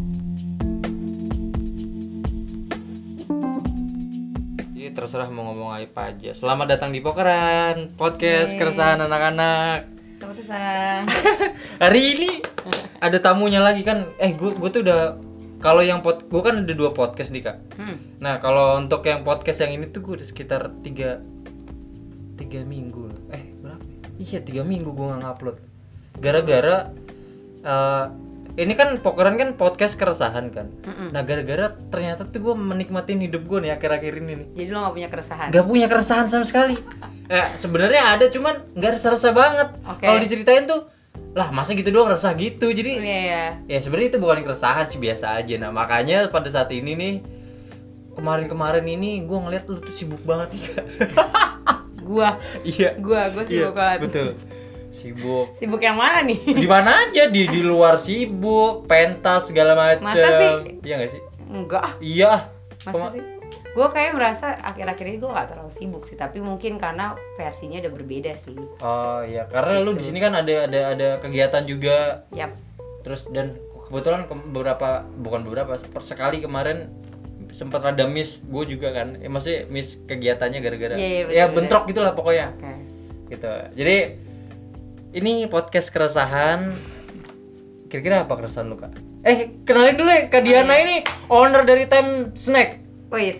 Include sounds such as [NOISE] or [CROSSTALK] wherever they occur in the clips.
sih Iya, terserah mau ngomong apa aja. Selamat datang di Pokeran Podcast Keresahan Anak-anak. Selamat datang. Hari ini ada tamunya lagi kan. Eh, gue gue tuh udah kalau yang pot gue kan ada dua podcast nih kak. Hmm. Nah kalau untuk yang podcast yang ini tuh gue udah sekitar tiga tiga minggu lah. eh berapa? Iya tiga minggu gue nggak upload. Gara-gara eh, ini kan pokeran kan podcast keresahan kan. Mm-mm. Nah gara-gara ternyata tuh gue menikmatin hidup gue nih akhir-akhir ini nih. Jadi lo gak punya keresahan. Gak punya keresahan sama sekali. Eh sebenarnya ada cuman nggak resa-resa banget. Oke. Kalau diceritain tuh lah masa gitu doang resah gitu jadi Iya ya. ya sebenarnya itu bukan keresahan sih biasa aja nah makanya pada saat ini nih kemarin-kemarin ini gue ngeliat lu tuh sibuk banget [LAUGHS] Gua, iya gua, gua sibuk banget. sibuk Sibuk yang mana nih? [LAUGHS] di mana aja di di luar sibuk pentas segala macam Masa sih? iya nggak sih Enggak, ah. iya masa Kema- sih? Gue kayak merasa akhir-akhir ini gue gak terlalu sibuk sih, tapi mungkin karena versinya udah berbeda sih. oh iya karena Gitu. lu di sini kan ada ada ada kegiatan juga Yap. terus dan kebetulan ke- beberapa bukan beberapa per- sekali kemarin sempat ada miss gue juga kan ya, maksudnya miss kegiatannya gara-gara Iya, iya, ya bener-bener. bentrok gitulah pokoknya Oke. gitu jadi ini podcast keresahan kira-kira apa keresahan lu kak eh kenalin dulu ya kak Diana ini owner dari Time Snack Wis.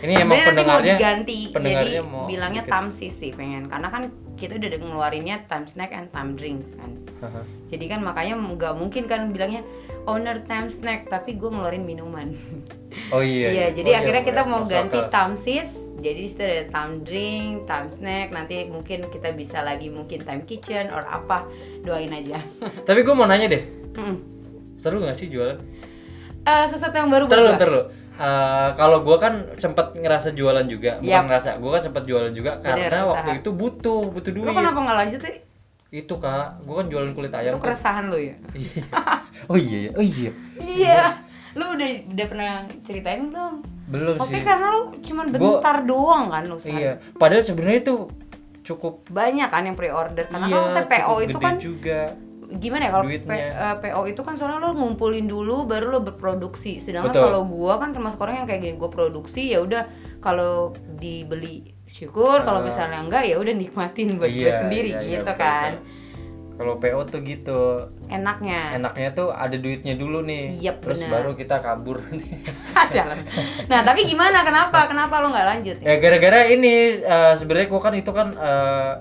ini Iya, emang Sebenarnya nanti mau pendengarnya diganti. Jadi pendengarnya mau bilangnya dikit. tamsis sih pengen, karena kan kita udah ngeluarinnya time snack and time drinks kan. Haha. Jadi kan makanya nggak mungkin kan bilangnya owner time snack, tapi gue ngeluarin minuman. [LAUGHS] [LAUGHS] oh iya Iya, jadi Oh, iya, akhirnya kita boleh. mau Masuk ganti akal. tamsis. Jadi di situ ada time drink, time snack. Nanti mungkin kita bisa lagi mungkin time kitchen or apa. Doain aja. tapi gue mau nanya deh Mm-mm. seru gak sih jualan Eh, sesuatu yang baru terlalu buat gua. terlalu kalau gue kan sempat ngerasa jualan juga bukan Yap. ngerasa gue kan sempat jualan juga karena usaha. waktu itu butuh butuh Lu duit kenapa nggak lanjut sih? itu kak gue kan jualan kulit Itu ayam tuh. keresahan lu ya? Iya. oh iya iya. oh iya Iya. [LAUGHS] Lu udah udah pernah ceritain belum? belum Maksudnya sih karena lu cuman Gua- bentar doang kan lu sehari. Iya, padahal sebenarnya itu cukup Banyak kan yang pre-order karena iya, kalau saya PO cukup itu gede kan juga. gimana ya kalau P- Duitnya. eh, PO itu kan soalnya lo ngumpulin dulu baru lo berproduksi sedangkan Betul. kalau gua kan termasuk orang yang kayak gini gua produksi ya udah kalau dibeli syukur kalau Ah. misalnya enggak ya udah nikmatin buat gue Iya, sendiri iya, iya, gitu betul, kan betul. Kalau PO tuh gitu, enaknya [LAUGHS] enaknya tuh ada duitnya dulu nih. Nah. Yap, terus benar. baru kita kabur. [LAUGHS] Sialan. nah tapi gimana kenapa kenapa lo nggak lanjut ya gara-gara ini eh, sebenarnya gua kan itu kan eh,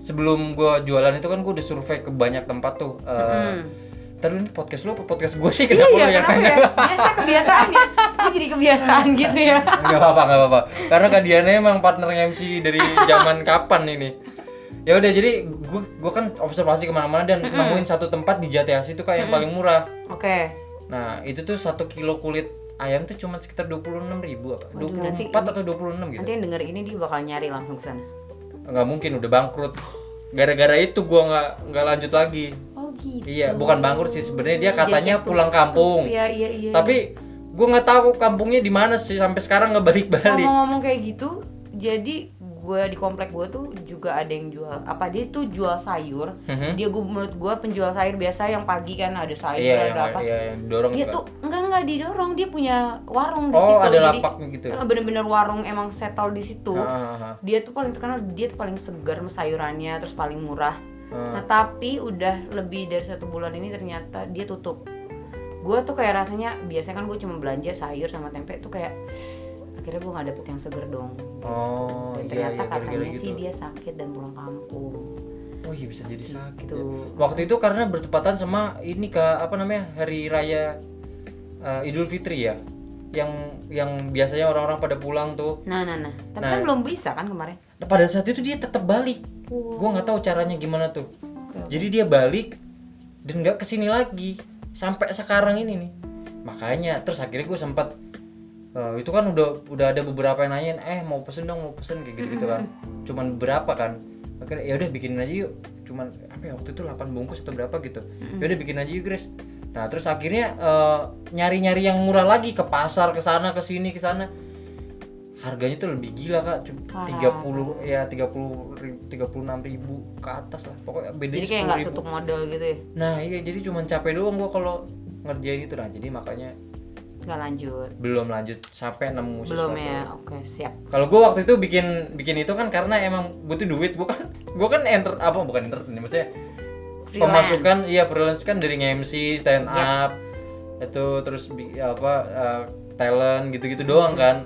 sebelum gua jualan itu kan gua udah survei ke banyak tempat tuh. Eh, Mm. ntar dulu ini podcast lu apa podcast gua sih eh, kenapa lu iya yang kenapa nanya? ya [LAUGHS] biasa kebiasaan ya Ini jadi kebiasaan gitu ya Enggak apa-apa, enggak apa-apa. Karena Kak Diana emang partner MC dari zaman kapan ini. Ya udah jadi gua gua kan observasi kemana mana dan Mm-mm. nemuin satu tempat di Jatiasi itu Kak yang Mm-mm. paling murah. oke Nah, itu tuh satu kilo kulit ayam tuh cuma sekitar 26.000 apa? Waduh, nanti- 24 atau 26 gitu. nanti yang denger ini dia bakal nyari langsung ke sana Enggak mungkin udah bangkrut. Gara-gara itu gua nggak nggak lanjut lagi. oh gitu Iya, bukan bangkrut sih sebenarnya dia Iya, katanya Jadi pulang kampung. gitu. Iya iya iya. Tapi gua nggak tahu kampungnya di mana sih sampai sekarang nggak balik-balik. ngomong-ngomong kayak gitu, jadi gue di komplek gue tuh juga ada yang jual apa dia tuh jual sayur. Mhm. Dia gue menurut gue penjual sayur biasa yang pagi kan ada sayur Iya, yang, ada apa. iya, yang dorong Dia juga. tuh enggak enggak didorong, dia punya warung di Oh, situ. ada jadi, lapaknya gitu. eh, Bener-bener warung emang settle di situ. Ah, ah, ah. Dia tuh paling terkenal, dia tuh paling segar sama sayurannya, terus paling murah. Ah. Nah tapi udah lebih dari satu bulan ini ternyata dia tutup. Gue tuh kayak rasanya biasanya kan gue cuma belanja sayur sama tempe tuh kayak akhirnya gue nggak dapet yang seger dong. Oh, dan iya, ternyata iya, gara-gara katanya gitu. sih dia sakit dan pulang kampung. Oh iya bisa jadi sakit. Gitu. ya. Waktu itu karena bertepatan sama ini kak apa namanya hari raya eh, Idul Fitri ya, yang yang biasanya orang-orang pada pulang tuh. Nah nah nah. Tapi Nah. kan belum bisa kan kemarin. Nah, pada saat itu dia tetap balik. Gua nggak tahu caranya gimana tuh. Jadi dia balik dan nggak kesini lagi sampai sekarang ini nih. Makanya terus akhirnya gue sempat eh, itu kan udah udah ada beberapa yang nanyain eh mau pesen dong mau pesen kayak gitu gitu kan. Cuman beberapa kan. Akhirnya ya udah bikinin aja yuk. Cuman apa ya waktu itu 8 bungkus atau berapa gitu. Hmm. Ya udah bikin aja yuk Grace. Nah terus akhirnya eh, nyari-nyari yang murah lagi ke pasar ke sana ke sini ke sana. Harganya tuh lebih gila kak, Parah. tiga puluh ya tiga puluh tiga puluh enam ribu ke atas lah pokoknya beda Jadi kayak nggak tutup modal gitu ya. Nah iya jadi cuma capek doang gua kalau ngerjain itu nah jadi makanya nggak lanjut belum lanjut sampai nemu belum sesuatu. ya oke siap Kalau gue waktu itu bikin bikin itu kan karena emang butuh duit, gue kan gue kan enter apa bukan enter, maksudnya pemasukan iya freelance kan dari MC stand Yap. up itu terus bi- apa uh, talent gitu-gitu doang kan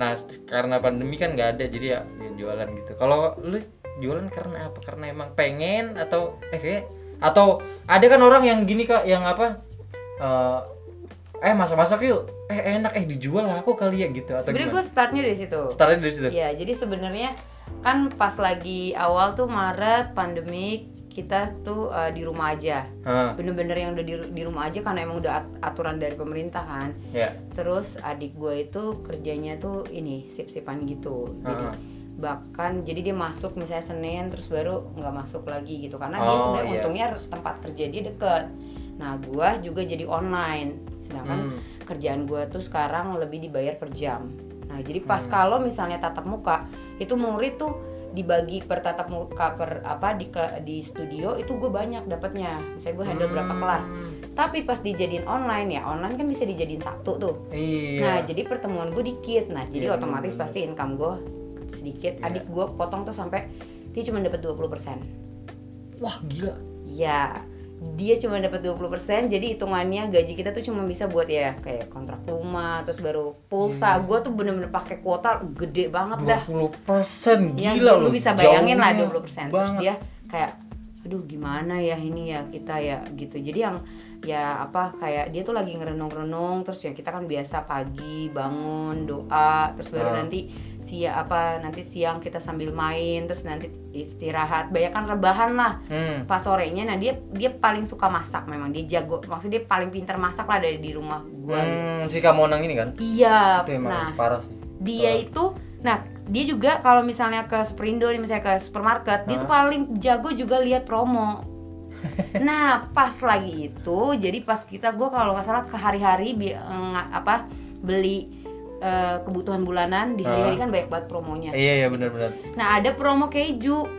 nah st- karena pandemi kan nggak ada jadi ya, ya jualan gitu kalau lu jualan karena apa karena emang pengen atau eh kayak- atau ada kan orang yang gini kak yang apa uh, eh masak-masak yuk eh enak eh dijual aku kali ya gitu atau sebenarnya gimana gue startnya dari situ startnya dari situ ya jadi sebenarnya kan pas lagi awal tuh Maret pandemi kita tuh eh, di rumah aja Heeh, bener-bener yang udah di, di rumah aja karena emang udah at- aturan dari pemerintah kan ya terus adik gue itu kerjanya tuh ini sip-sipan gitu jadi Heeh. bahkan jadi dia masuk misalnya Senin terus baru nggak masuk lagi gitu karena dia Oh, sebenarnya iya. untungnya tempat kerja dia deket nah gua juga jadi online sedangkan Hmm, kerjaan gua tuh sekarang lebih dibayar per jam nah jadi pas Hmm. kalau misalnya tatap muka itu murid tuh dibagi per tatap muka per apa di ke- di studio itu gue banyak dapatnya misalnya gue handle berapa hmm, kelas tapi pas dijadiin online ya online kan bisa dijadiin satu tuh iya Nah, jadi pertemuan gue dikit. Nah, jadi Iya, otomatis bener-bener. pasti income gue sedikit. Iya. Adik gue potong tuh sampai dia cuma dapat 20%. wah gila Iya. Dia cuma dapat 20%, jadi hitungannya gaji kita tuh cuma bisa buat ya kayak kontrak rumah, terus baru pulsa. Iya. Gue tuh bener-bener pakai kuota gede banget dah. 20% Ya, gila lu lu. bisa bayangin lah jauhnya 20%. Terus banget. dia kayak aduh gimana ya ini ya kita ya gitu. Jadi yang ya apa kayak dia tuh lagi ngerenung-renung terus ya kita kan biasa pagi bangun doa terus baru Ah. nanti siang apa nanti siang kita sambil main terus nanti istirahat banyak kan rebahan lah Hmm. pas sorenya nah dia dia paling suka masak memang dia jago maksudnya dia paling pinter masak lah dari di rumah gua gitu. Hmm, si Kamonang ini kan? iya Itu emang nah parah sih. dia Betul. itu nah dia juga kalau misalnya ke Superindo nih misalnya ke supermarket dia Hah? tuh paling jago juga [LAUGHS] lihat promo nah pas lagi itu jadi pas kita gue kalau nggak salah ke hari-hari bi- eh, nga- apa beli eh, kebutuhan bulanan di hari-hari kan banyak banget promonya Iya iya benar-benar. nah ada promo keju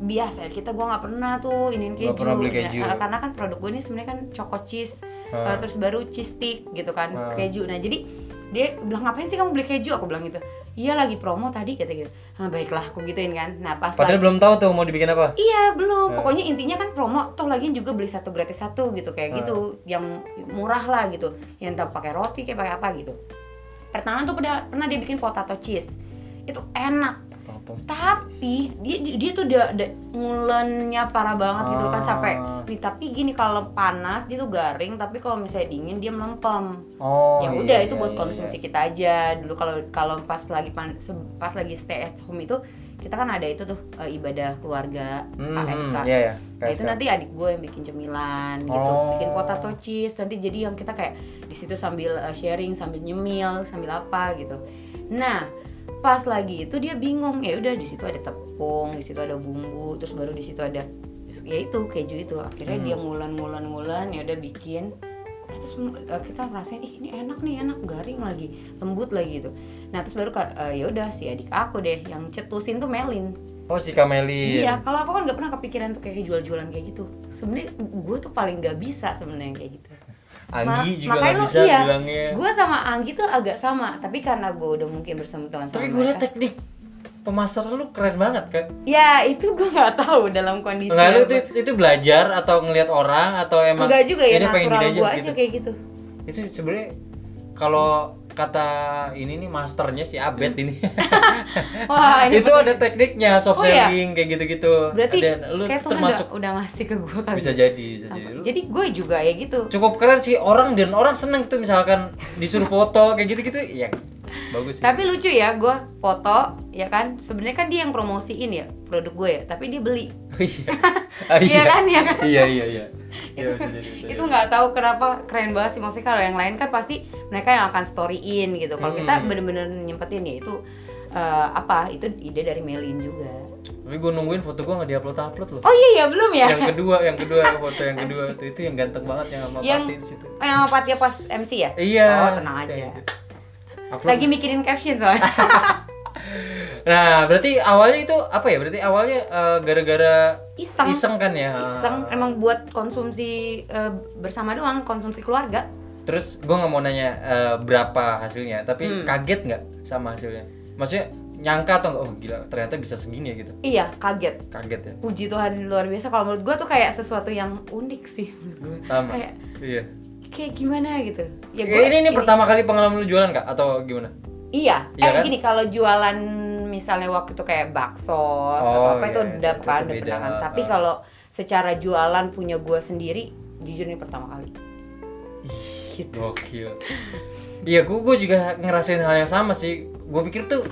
biasa ya, kita gue nggak pernah tuh iniin keju, Nggak pernah beli keju. Nah, eh, karena kan produk gue ini sebenarnya kan choco cheese Uh, Ah. terus baru cheese stick gitu kan Ah. keju nah jadi dia bilang ngapain sih kamu beli keju aku bilang gitu iya lagi promo tadi kata gitu ah baiklah aku gituin kan nah pas Padahal lagi belum tahu tuh mau dibikin apa. iya Ah. belum pokoknya intinya kan promo toh lagi juga beli satu gratis satu gitu kayak Ah. gitu yang murah lah gitu yang entah pakai roti kayak pakai apa gitu pertama tuh pernah, pernah dia bikin potato cheese itu enak Tahu-tahu. tapi dia dia- dia tuh udah, udah ngulennya parah banget gitu Ah. kan sampai nih tapi gini kalau panas dia tuh garing tapi kalau misalnya dingin dia melempem Oh. ya iya, udah itu iya, buat iya, konsumsi iya. kita aja dulu kalau kalau pas lagi pan- se- pas lagi stay at home itu kita kan ada itu tuh eh, ibadah keluarga Hmm, KSK. Iya ya. Nah, itu nanti adik gue yang bikin cemilan gitu, Oh. bikin potato cheese. Nanti jadi yang kita kayak di situ sambil eh, sharing, sambil nyemil, sambil apa gitu. Nah, pas lagi itu dia bingung ya udah di situ ada tepung, di situ ada bumbu, terus baru di situ ada ya itu keju itu. Akhirnya Hmm. dia ngulan-ngulan-ngulan ya udah bikin terus eh, kita ngerasain ih ini enak nih enak garing lagi lembut lagi gitu nah terus baru ka- eh, ya udah si adik aku deh yang cetusin tuh Melin Oh si Kameli. Iya, kalau aku kan nggak pernah kepikiran tuh kayak jual-jualan kayak gitu. Sebenarnya gue tuh paling nggak bisa sebenarnya yang kayak gitu. Anggi Ma- juga makanya nggak lu- bisa iya. bilangnya. Gue sama Anggi tuh agak sama, tapi karena gue udah mungkin bersama teman Tapi sama gue liat mereka- teknik pemasaran lu keren banget kan. Ya itu gue [LAUGHS] nggak tahu dalam kondisi. Enggak lu apa. itu, itu belajar atau ngelihat orang atau emang Nggak juga ya, ini pengen natural gini aja gue aja gitu. kayak gitu. itu sebenarnya kalau kata ini nih masternya si Abed ini [LAUGHS] Wah Ah, [LAUGHS] ini itu ada tekniknya soft Oh, iya? selling kayak gitu-gitu Berarti Dan lu kayak Tuhan termasuk udah, udah ngasih ke gue kan. bisa jadi bisa jadi Lu Jadi gue juga ya gitu. cukup keren sih orang dan orang seneng tuh misalkan disuruh foto kayak gitu-gitu ya bagus sih Tapi lucu ya, gue foto ya kan. Sebenarnya kan dia yang promosiin ya produk gue ya, tapi dia beli. Oh, [LAUGHS] iya Ah, Iya kan, iya kan. iya iya [LAUGHS] iya Iya, bisa jadi, bisa Gitu. itu jadi. nggak tahu kenapa keren banget sih maksudnya kalau yang lain kan pasti mereka yang akan storyin gitu kalau kita Hmm. bener-bener nyempetin ya itu eh, apa itu ide dari Melin juga tapi gue nungguin foto gue nggak diupload upload loh oh iya iya belum ya yang kedua yang kedua foto yang kedua itu itu yang ganteng banget yang sama Yang- Patin situ oh, yang sama Patia pas MC ya iya Oh, tenang aja. Kayak gitu. Upload lagi mikirin caption [LAUGHS] soalnya Nah, berarti awalnya itu apa ya? Berarti awalnya eh, gara-gara iseng iseng kan ya? iseng emang buat konsumsi eh, bersama doang konsumsi keluarga Terus gue nggak mau nanya eh, berapa hasilnya, tapi Hmm. kaget nggak sama hasilnya? Maksudnya nyangka atau nggak? Oh gila, ternyata bisa segini ya gitu. Iya, kaget. Kaget ya. Puji Tuhan luar biasa. Kalau menurut gue tuh kayak sesuatu yang unik sih. Hmm. Sama. Hmm. Kayak Iya. Eh, kayak gimana gitu. Ya Ini, ini pertama kali pengalaman lu jualan kak atau gimana? Iya. Iya eh, kan? gini kalau jualan misalnya waktu itu kayak bakso Oh, atau apa iya, itu iya, udah itu- itu kan udah beda, pernah kan. Tapi ah. kalau secara jualan punya gua sendiri jujur ini pertama kali. Gitu. Gokil. Iya, gue gue juga ngerasain hal yang sama sih. Gue pikir tuh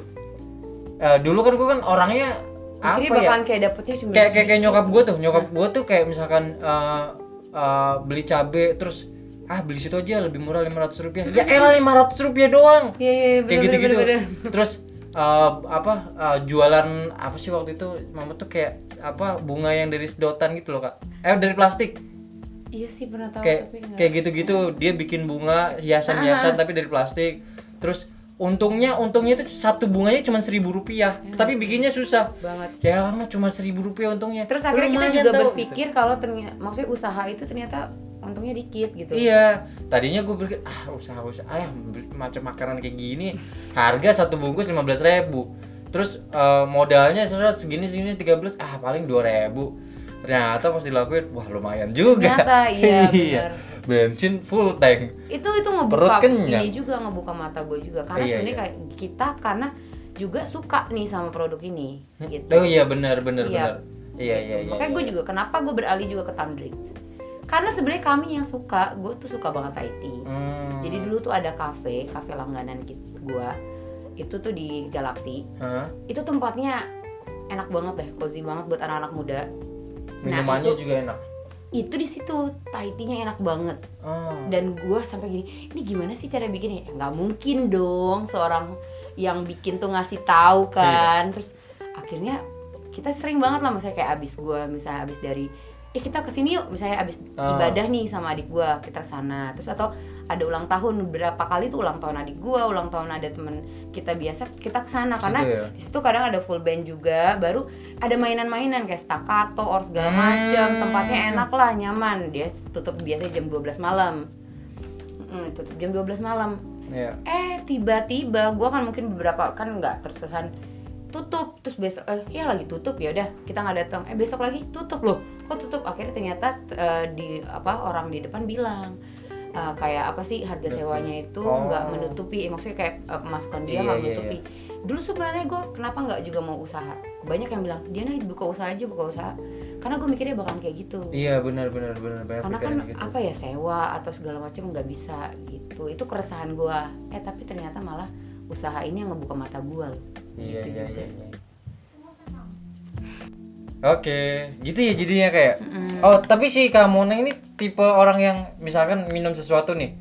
eh, dulu kan gue kan orangnya apa Akhirnya ya? bakalan kayak dapetnya cuma Iya, Kayak kayak, kayak sedikit. nyokap gue tuh, nyokap gue tuh kayak misalkan eh, eh, beli cabe terus ah beli situ aja lebih murah 500 rupiah. [LAUGHS] Ya elah 500 rupiah doang. Iya iya iya, Kayak bener, gitu-gitu. bener, bener, bener. Terus eh, apa eh, jualan apa sih waktu itu mama tuh kayak apa bunga yang dari sedotan gitu loh kak eh dari plastik Iya sih pernah tahu kayak tapi Ah. enggak. kayak gitu. gitu-gitu dia bikin bunga hiasan-hiasan tapi dari plastik terus untungnya untungnya tuh satu bunganya cuma seribu rupiah Ya. tapi bikinnya susah banget. ya lama cuma seribu rupiah untungnya Terus akhirnya kita Lumayan juga tau, berpikir kalau ternyata maksudnya usaha itu ternyata untungnya dikit gitu. Iya, tadinya gue berpikir ah usaha usaha ayah beli macam makanan kayak gini harga satu bungkus lima belas ribu. Terus eh, modalnya serat segini segini tiga belas ah paling dua ribu. Ternyata pas dilakuin wah lumayan juga. Ternyata iya [LAUGHS] Iya. benar. Bensin full tank. itu itu Perut ngebuka kenyang. ini juga ngebuka mata gue juga Iya, karena sebenarnya iya. kayak kita karena juga suka nih sama produk ini gitu Oh iya benar benar Iya. benar. Iya iya iya. makanya iya, gue iya. juga kenapa gue beralih juga ke Tandrix karena sebenarnya kami yang suka gue tuh suka banget Thai tea Hmm. jadi dulu tuh ada kafe kafe langganan gitu gue itu tuh di Galaxy Hah? itu tempatnya enak banget deh cozy banget buat anak-anak muda minumannya itu- juga enak. itu di situ Thai tea-nya enak banget Oh. dan gue sampai gini ini gimana sih cara bikinnya Ya, nggak mungkin dong seorang yang bikin tuh ngasih tahu kan terus akhirnya kita sering banget lah misalnya kayak abis gue misalnya abis dari eh kita kesini yuk misalnya abis Ah. ibadah nih sama adik gue kita sana terus atau ada ulang tahun berapa kali tuh ulang tahun adik gue ulang tahun ada temen kita biasa kita kesana karena Situ ya? di situ kadang ada full band juga baru ada mainan-mainan kayak staccato or segala macem Hmm. tempatnya enak lah nyaman dia tutup biasanya jam 12 malam Mm, tutup jam 12 malam Iya. eh tiba-tiba gua kan mungkin beberapa kan nggak tersuhan tutup terus besok eh ya lagi tutup ya udah kita nggak datang eh besok lagi tutup loh kok tutup akhirnya ternyata t- eh, di apa orang di depan bilang eh, kayak apa sih harga sewanya itu nggak Oh. menutupi eh, maksudnya kayak eh, pemasukan dia Iya, nggak iya, menutupi dulu sebenarnya gue kenapa nggak juga mau usaha banyak yang bilang dia nih buka usaha aja buka usaha karena gue mikirnya bakalan kayak gitu Iya benar benar benar banyak karena kan pikiran gitu. apa ya sewa atau segala macam nggak bisa gitu itu keresahan gua eh tapi ternyata malah usaha ini yang ngebuka mata gua loh Iya Gitu iya juga. iya. iya. Oke, gitu ya jadinya kayak. Mm-mm. Oh, tapi si Kamona ini tipe orang yang misalkan minum sesuatu nih.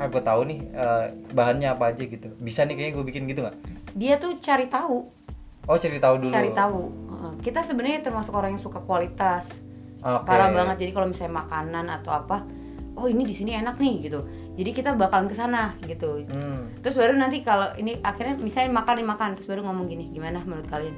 Ah, gue tahu nih eh, bahannya apa aja gitu. Bisa nih kayaknya gue bikin gitu nggak? dia tuh cari tahu Oh, cari tahu dulu. cari tahu Heeh. kita sebenarnya termasuk orang yang suka kualitas Oke. parah banget jadi kalau misalnya makanan atau apa oh ini di sini enak nih gitu jadi kita bakalan kesana gitu Hmm. terus baru nanti kalau ini akhirnya misalnya makan nih makan terus baru ngomong gini gimana menurut kalian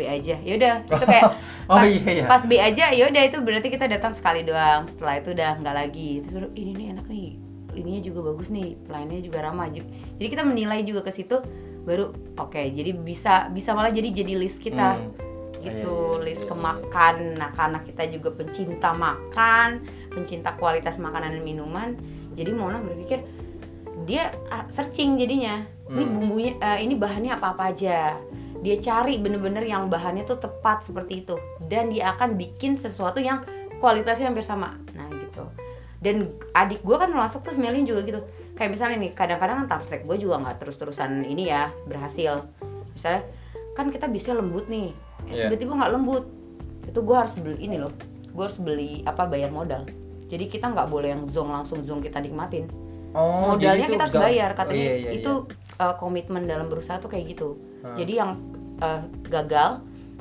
B aja yaudah [LAUGHS] itu kayak Oh pas, iya iya. pas B aja yaudah itu berarti kita datang sekali doang setelah itu udah nggak lagi terus baru ini nih enak nih ininya juga bagus nih pelayannya juga ramah Ju- jadi kita menilai juga ke situ baru oke jadi bisa bisa malah jadi jadi list kita Hmm. Iya, gitu iya, list iya, kemakan nah karena kita juga pencinta makan pencinta kualitas makanan dan minuman jadi Mona berpikir dia ah, searching jadinya ini Hmm. bumbunya eh, ini bahannya apa apa aja dia cari bener-bener yang bahannya tuh tepat seperti itu dan dia akan bikin sesuatu yang kualitasnya hampir sama nah gitu dan adik gue kan masuk terus Melin juga gitu kayak misalnya nih kadang-kadang kan tapsek gue juga nggak terus-terusan ini ya berhasil misalnya kan kita bisa lembut nih eh, Iya. tiba-tiba nggak lembut itu gue harus beli ini loh gue harus beli apa bayar modal jadi kita nggak boleh yang zong langsung zong kita nikmatin Oh, modalnya jadi itu kita harus gam- bayar Oh, katanya iya, iya, itu uh, komitmen dalam berusaha tuh kayak gitu iya. Ah, jadi yang uh, gagal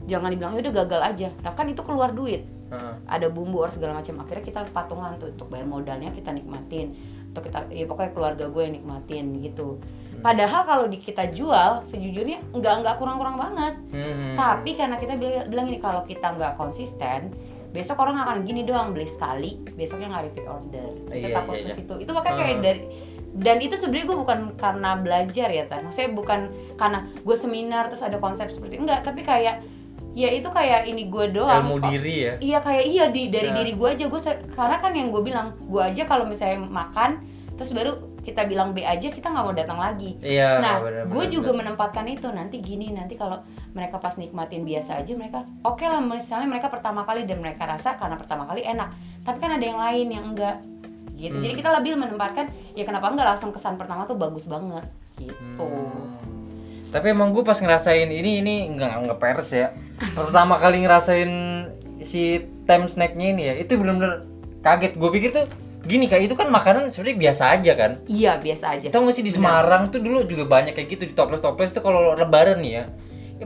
jangan dibilang udah gagal aja nah kan itu keluar duit ah. ada bumbu or segala macam akhirnya kita patungan tuh untuk bayar modalnya kita nikmatin atau kita ya pokoknya keluarga gue yang nikmatin gitu Hmm. padahal kalau di kita jual sejujurnya nggak nggak kurang kurang banget Hmm, hmm, tapi karena kita bila- bilang ini kalau kita nggak konsisten besok orang akan gini doang beli sekali besoknya nggak repeat order itu Iya, takut iya, ke iya. situ itu makanya kayak Hmm. dari dan itu sebenarnya gue bukan karena belajar ya tan maksudnya bukan karena gue seminar terus ada konsep seperti enggak tapi kayak ya itu kayak ini gue doang ilmu kok. diri ya Iya kayak iya di dari Ya. diri gue aja gue karena kan yang gue bilang gue aja kalau misalnya makan terus baru kita bilang B aja kita nggak mau datang lagi. iya Nah, bener, gue bener, juga bener. menempatkan itu nanti gini nanti kalau mereka pas nikmatin biasa aja mereka oke lah misalnya mereka pertama kali dan mereka rasa karena pertama kali enak tapi kan ada yang lain yang enggak gitu jadi Hmm. kita lebih menempatkan ya kenapa enggak langsung kesan pertama tuh bagus banget gitu Hmm. tapi emang gue pas ngerasain ini ini nggak nggak pers ya pertama kali ngerasain si time snacknya ini ya itu bener-bener kaget gue pikir tuh gini kayak itu kan makanan sebenarnya biasa aja kan iya biasa aja Tau gak sih di Benar. Semarang tuh dulu juga banyak kayak gitu di toples toples tuh kalau lebaran nih ya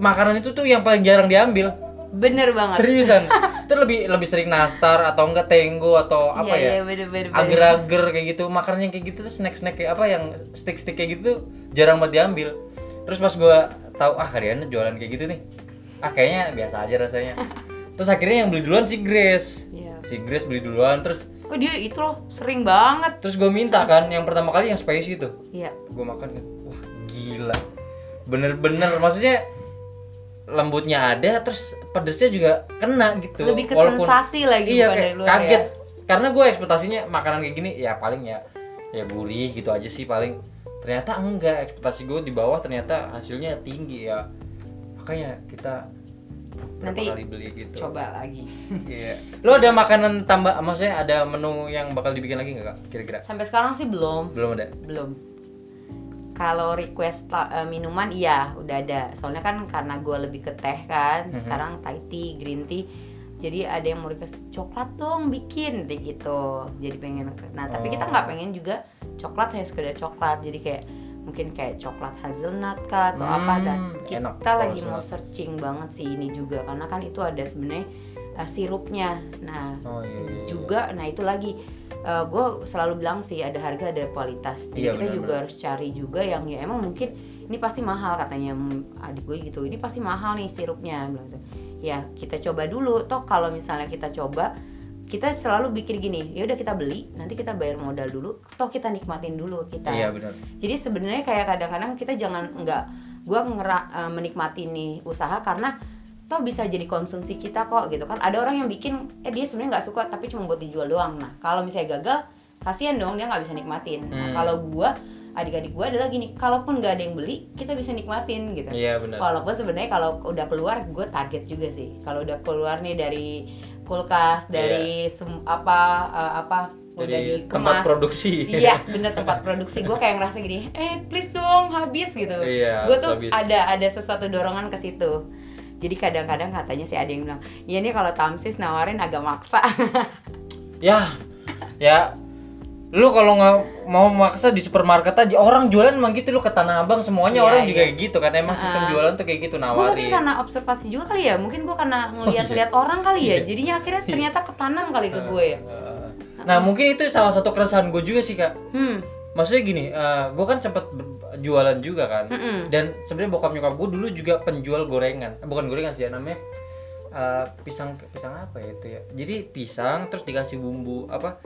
makanan itu tuh yang paling jarang diambil bener banget seriusan itu lebih lebih sering nastar atau enggak tenggo atau apa ya iya bener bener bener. agar-agar kayak gitu makanan yang kayak gitu tuh snack-snack kayak apa yang stick-stick kayak gitu tuh jarang banget diambil terus pas gua tahu ah Riana jualan kayak gitu nih ah kayaknya biasa aja [LAUGHS] rasanya terus akhirnya yang beli duluan si Grace Iya. si Grace beli duluan terus Oh dia itu loh sering banget. terus gua minta kan yang pertama kali yang spicy tuh Iya. gue makan kan wah gila bener-bener maksudnya lembutnya ada terus pedesnya juga kena gitu Lebih ke sensasi lagi iya bukan kayak dari luar kaget ya. karena gue ekspektasinya makanan kayak gini ya paling ya ya gurih gitu aja sih paling ternyata enggak ekspektasi gue di bawah ternyata hasilnya tinggi ya makanya kita berapa Nanti kali beli gitu Coba lagi. [LAUGHS] iya lo ada makanan tambah maksudnya ada menu yang bakal dibikin lagi nggak kak kira-kira Sampai sekarang sih belum, belum ada belum. Kalau request ta- eh, minuman iya udah ada. Soalnya kan karena gue lebih ke teh kan. Mhm. Sekarang Thai tea, green tea. Jadi ada yang mau request coklat dong bikin kayak gitu. Jadi pengen. Nah tapi Oh. kita nggak pengen juga coklat hanya sekedar coklat. Jadi kayak mungkin kayak coklat hazelnut kah atau apa dan Hmm, kita enak lagi kalau mau searching banget sih ini juga karena kan itu ada sebenarnya uh, sirupnya nah oh, iya, iya, iya. juga nah itu lagi gue selalu bilang sih ada harga ada kualitas Iya, jadi kita benar, juga benar. harus cari juga yang ya emang mungkin ini pasti mahal katanya mm, adik gue gitu ini pasti mahal nih sirupnya bilang gitu. ya kita coba dulu toh kalau misalnya kita coba kita selalu pikir gini ya udah kita beli nanti kita bayar modal dulu toh kita nikmatin dulu kita iya benar jadi sebenarnya kayak kadang-kadang kita jangan nggak gua ngera- eh, menikmati nih usaha karena toh bisa jadi konsumsi kita kok gitu kan. Ada orang yang bikin eh dia sebenarnya nggak suka tapi cuma buat dijual doang. Nah, kalau misalnya gagal kasihan dong dia nggak bisa nikmatin. Nah, Hmm. kalau gua adik-adik gua adalah gini, kalaupun nggak ada yang beli, kita bisa nikmatin gitu. iya benar Walaupun sebenarnya kalau udah keluar gue target juga sih. Kalau udah keluar nih dari kulkas, dari sem- apa eh, apa udah Iya. dari tempat dikemas Iya. produksi. Yes, bener tempat produksi gue kayak ngerasa gini, eh please dong habis gitu. [LAUGHS] iya. Gue tuh habis. ada ada sesuatu dorongan ke situ. Jadi kadang-kadang katanya sih ada yang bilang, ya ini kalau Tamsis nawarin agak maksa. [LAUGHS] Ya, ya. Lu kalau nggak mau maksa di supermarket aja orang jualan emang gitu lu ke Tanah Abang semuanya Iya, orang iya. juga kayak gitu kan emang sistem Ah. jualan tuh kayak gitu gue nawarin. Oh, iya. mungkin karena observasi juga kali ya, mungkin gue karena ngeliat-liat orang kali ya, jadinya akhirnya ternyata ketanam kali ke gue ya. Heeh. Iya. Nah mungkin itu salah satu keresahan gue juga sih kak. Hmm, Maksudnya gini, eh, gue kan sempet ber- jualan juga kan. mm-mm. Dan sebenarnya bokap nyokap gue dulu juga penjual gorengan, Eh, bukan gorengan sih ya, namanya eh, pisang pisang apa ya itu ya. Jadi pisang terus dikasih bumbu apa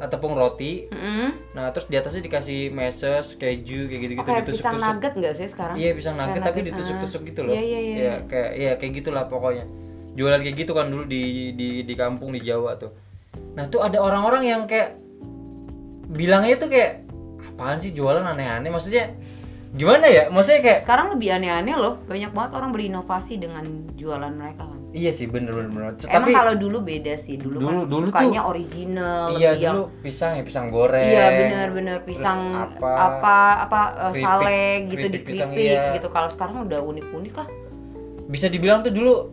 eh, tepung roti, Mm-mm. Nah, terus di atasnya dikasih meses, keju kayak gitu-gitu Kayak ditusuk-tusuk. pisang nugget nggak sih sekarang? Iya, pisang nugget Kayak tapi nugget, ditusuk-tusuk gitu loh. Iya iya iya. Ya, kayak ya kayak gitulah pokoknya. Jualan kayak gitu kan dulu di di di kampung di Jawa tuh. Nah, tuh ada orang-orang yang kayak bilangnya tuh kayak apaan sih jualan aneh-aneh maksudnya gimana ya? Maksudnya kayak Sekarang lebih aneh-aneh loh, banyak banget orang berinovasi dengan jualan mereka kan. iya sih bener-bener. Emang Tapi kalau dulu beda sih, dulu, Dulu- kan dulu sukanya original, iya lebih yang dulu pisang ya pisang goreng. iya benar-benar pisang apa, apa apa, eh, keripik- sale gitu keripik pisang, dikripik iya. gitu. Kalau sekarang udah unik-unik lah. Bisa dibilang tuh dulu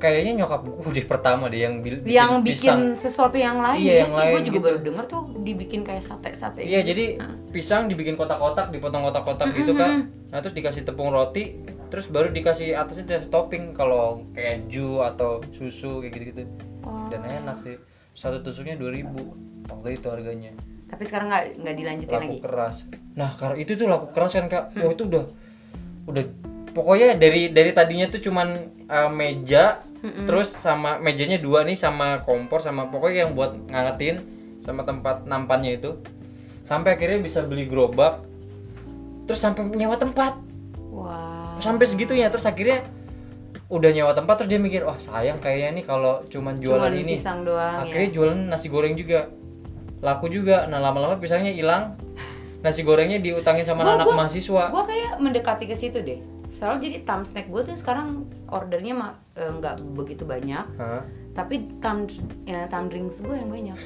kayaknya nyokap gue deh pertama deh yang bil- pisang. yang bikin sesuatu yang Iya, lain iya yang sih, gue lain juga gitu. baru denger tuh dibikin kayak Ah. sate-sate. gitu. Iya jadi pisang dibikin kotak-kotak dipotong kotak-kotak gitu kan. Mm-mm. Nah terus dikasih tepung roti, terus baru dikasih atasnya dikasih topping kalau keju atau susu kayak gitu-gitu. Oh. Dan enak sih. Satu tusuknya 2000 waktu itu harganya. Tapi sekarang nggak nggak dilanjutin Laku lagi. Mm. keras. Nah karena itu tuh laku keras kan kak. Wah itu udah udah pokoknya dari dari tadinya tuh cuman eh, meja Mm-mm. terus sama mejanya dua nih sama kompor sama pokoknya yang buat ngangetin sama tempat nampannya itu sampai akhirnya bisa beli gerobak terus sampai nyewa tempat Wah. sampai segitunya terus akhirnya udah nyewa tempat terus dia mikir wah sayang kayaknya nih kalau cuman jualan Cuman ini pisang ya. doang akhirnya jualan nasi goreng juga laku juga nah lama-lama pisangnya hilang nasi gorengnya diutangin sama Gua- anak gua- mahasiswa Gue kayak mendekati ke situ deh. Soalnya jadi time snack gue tuh sekarang ordernya ma- eh, nggak begitu banyak, Hah? tapi time ya, time drinks gue yang banyak.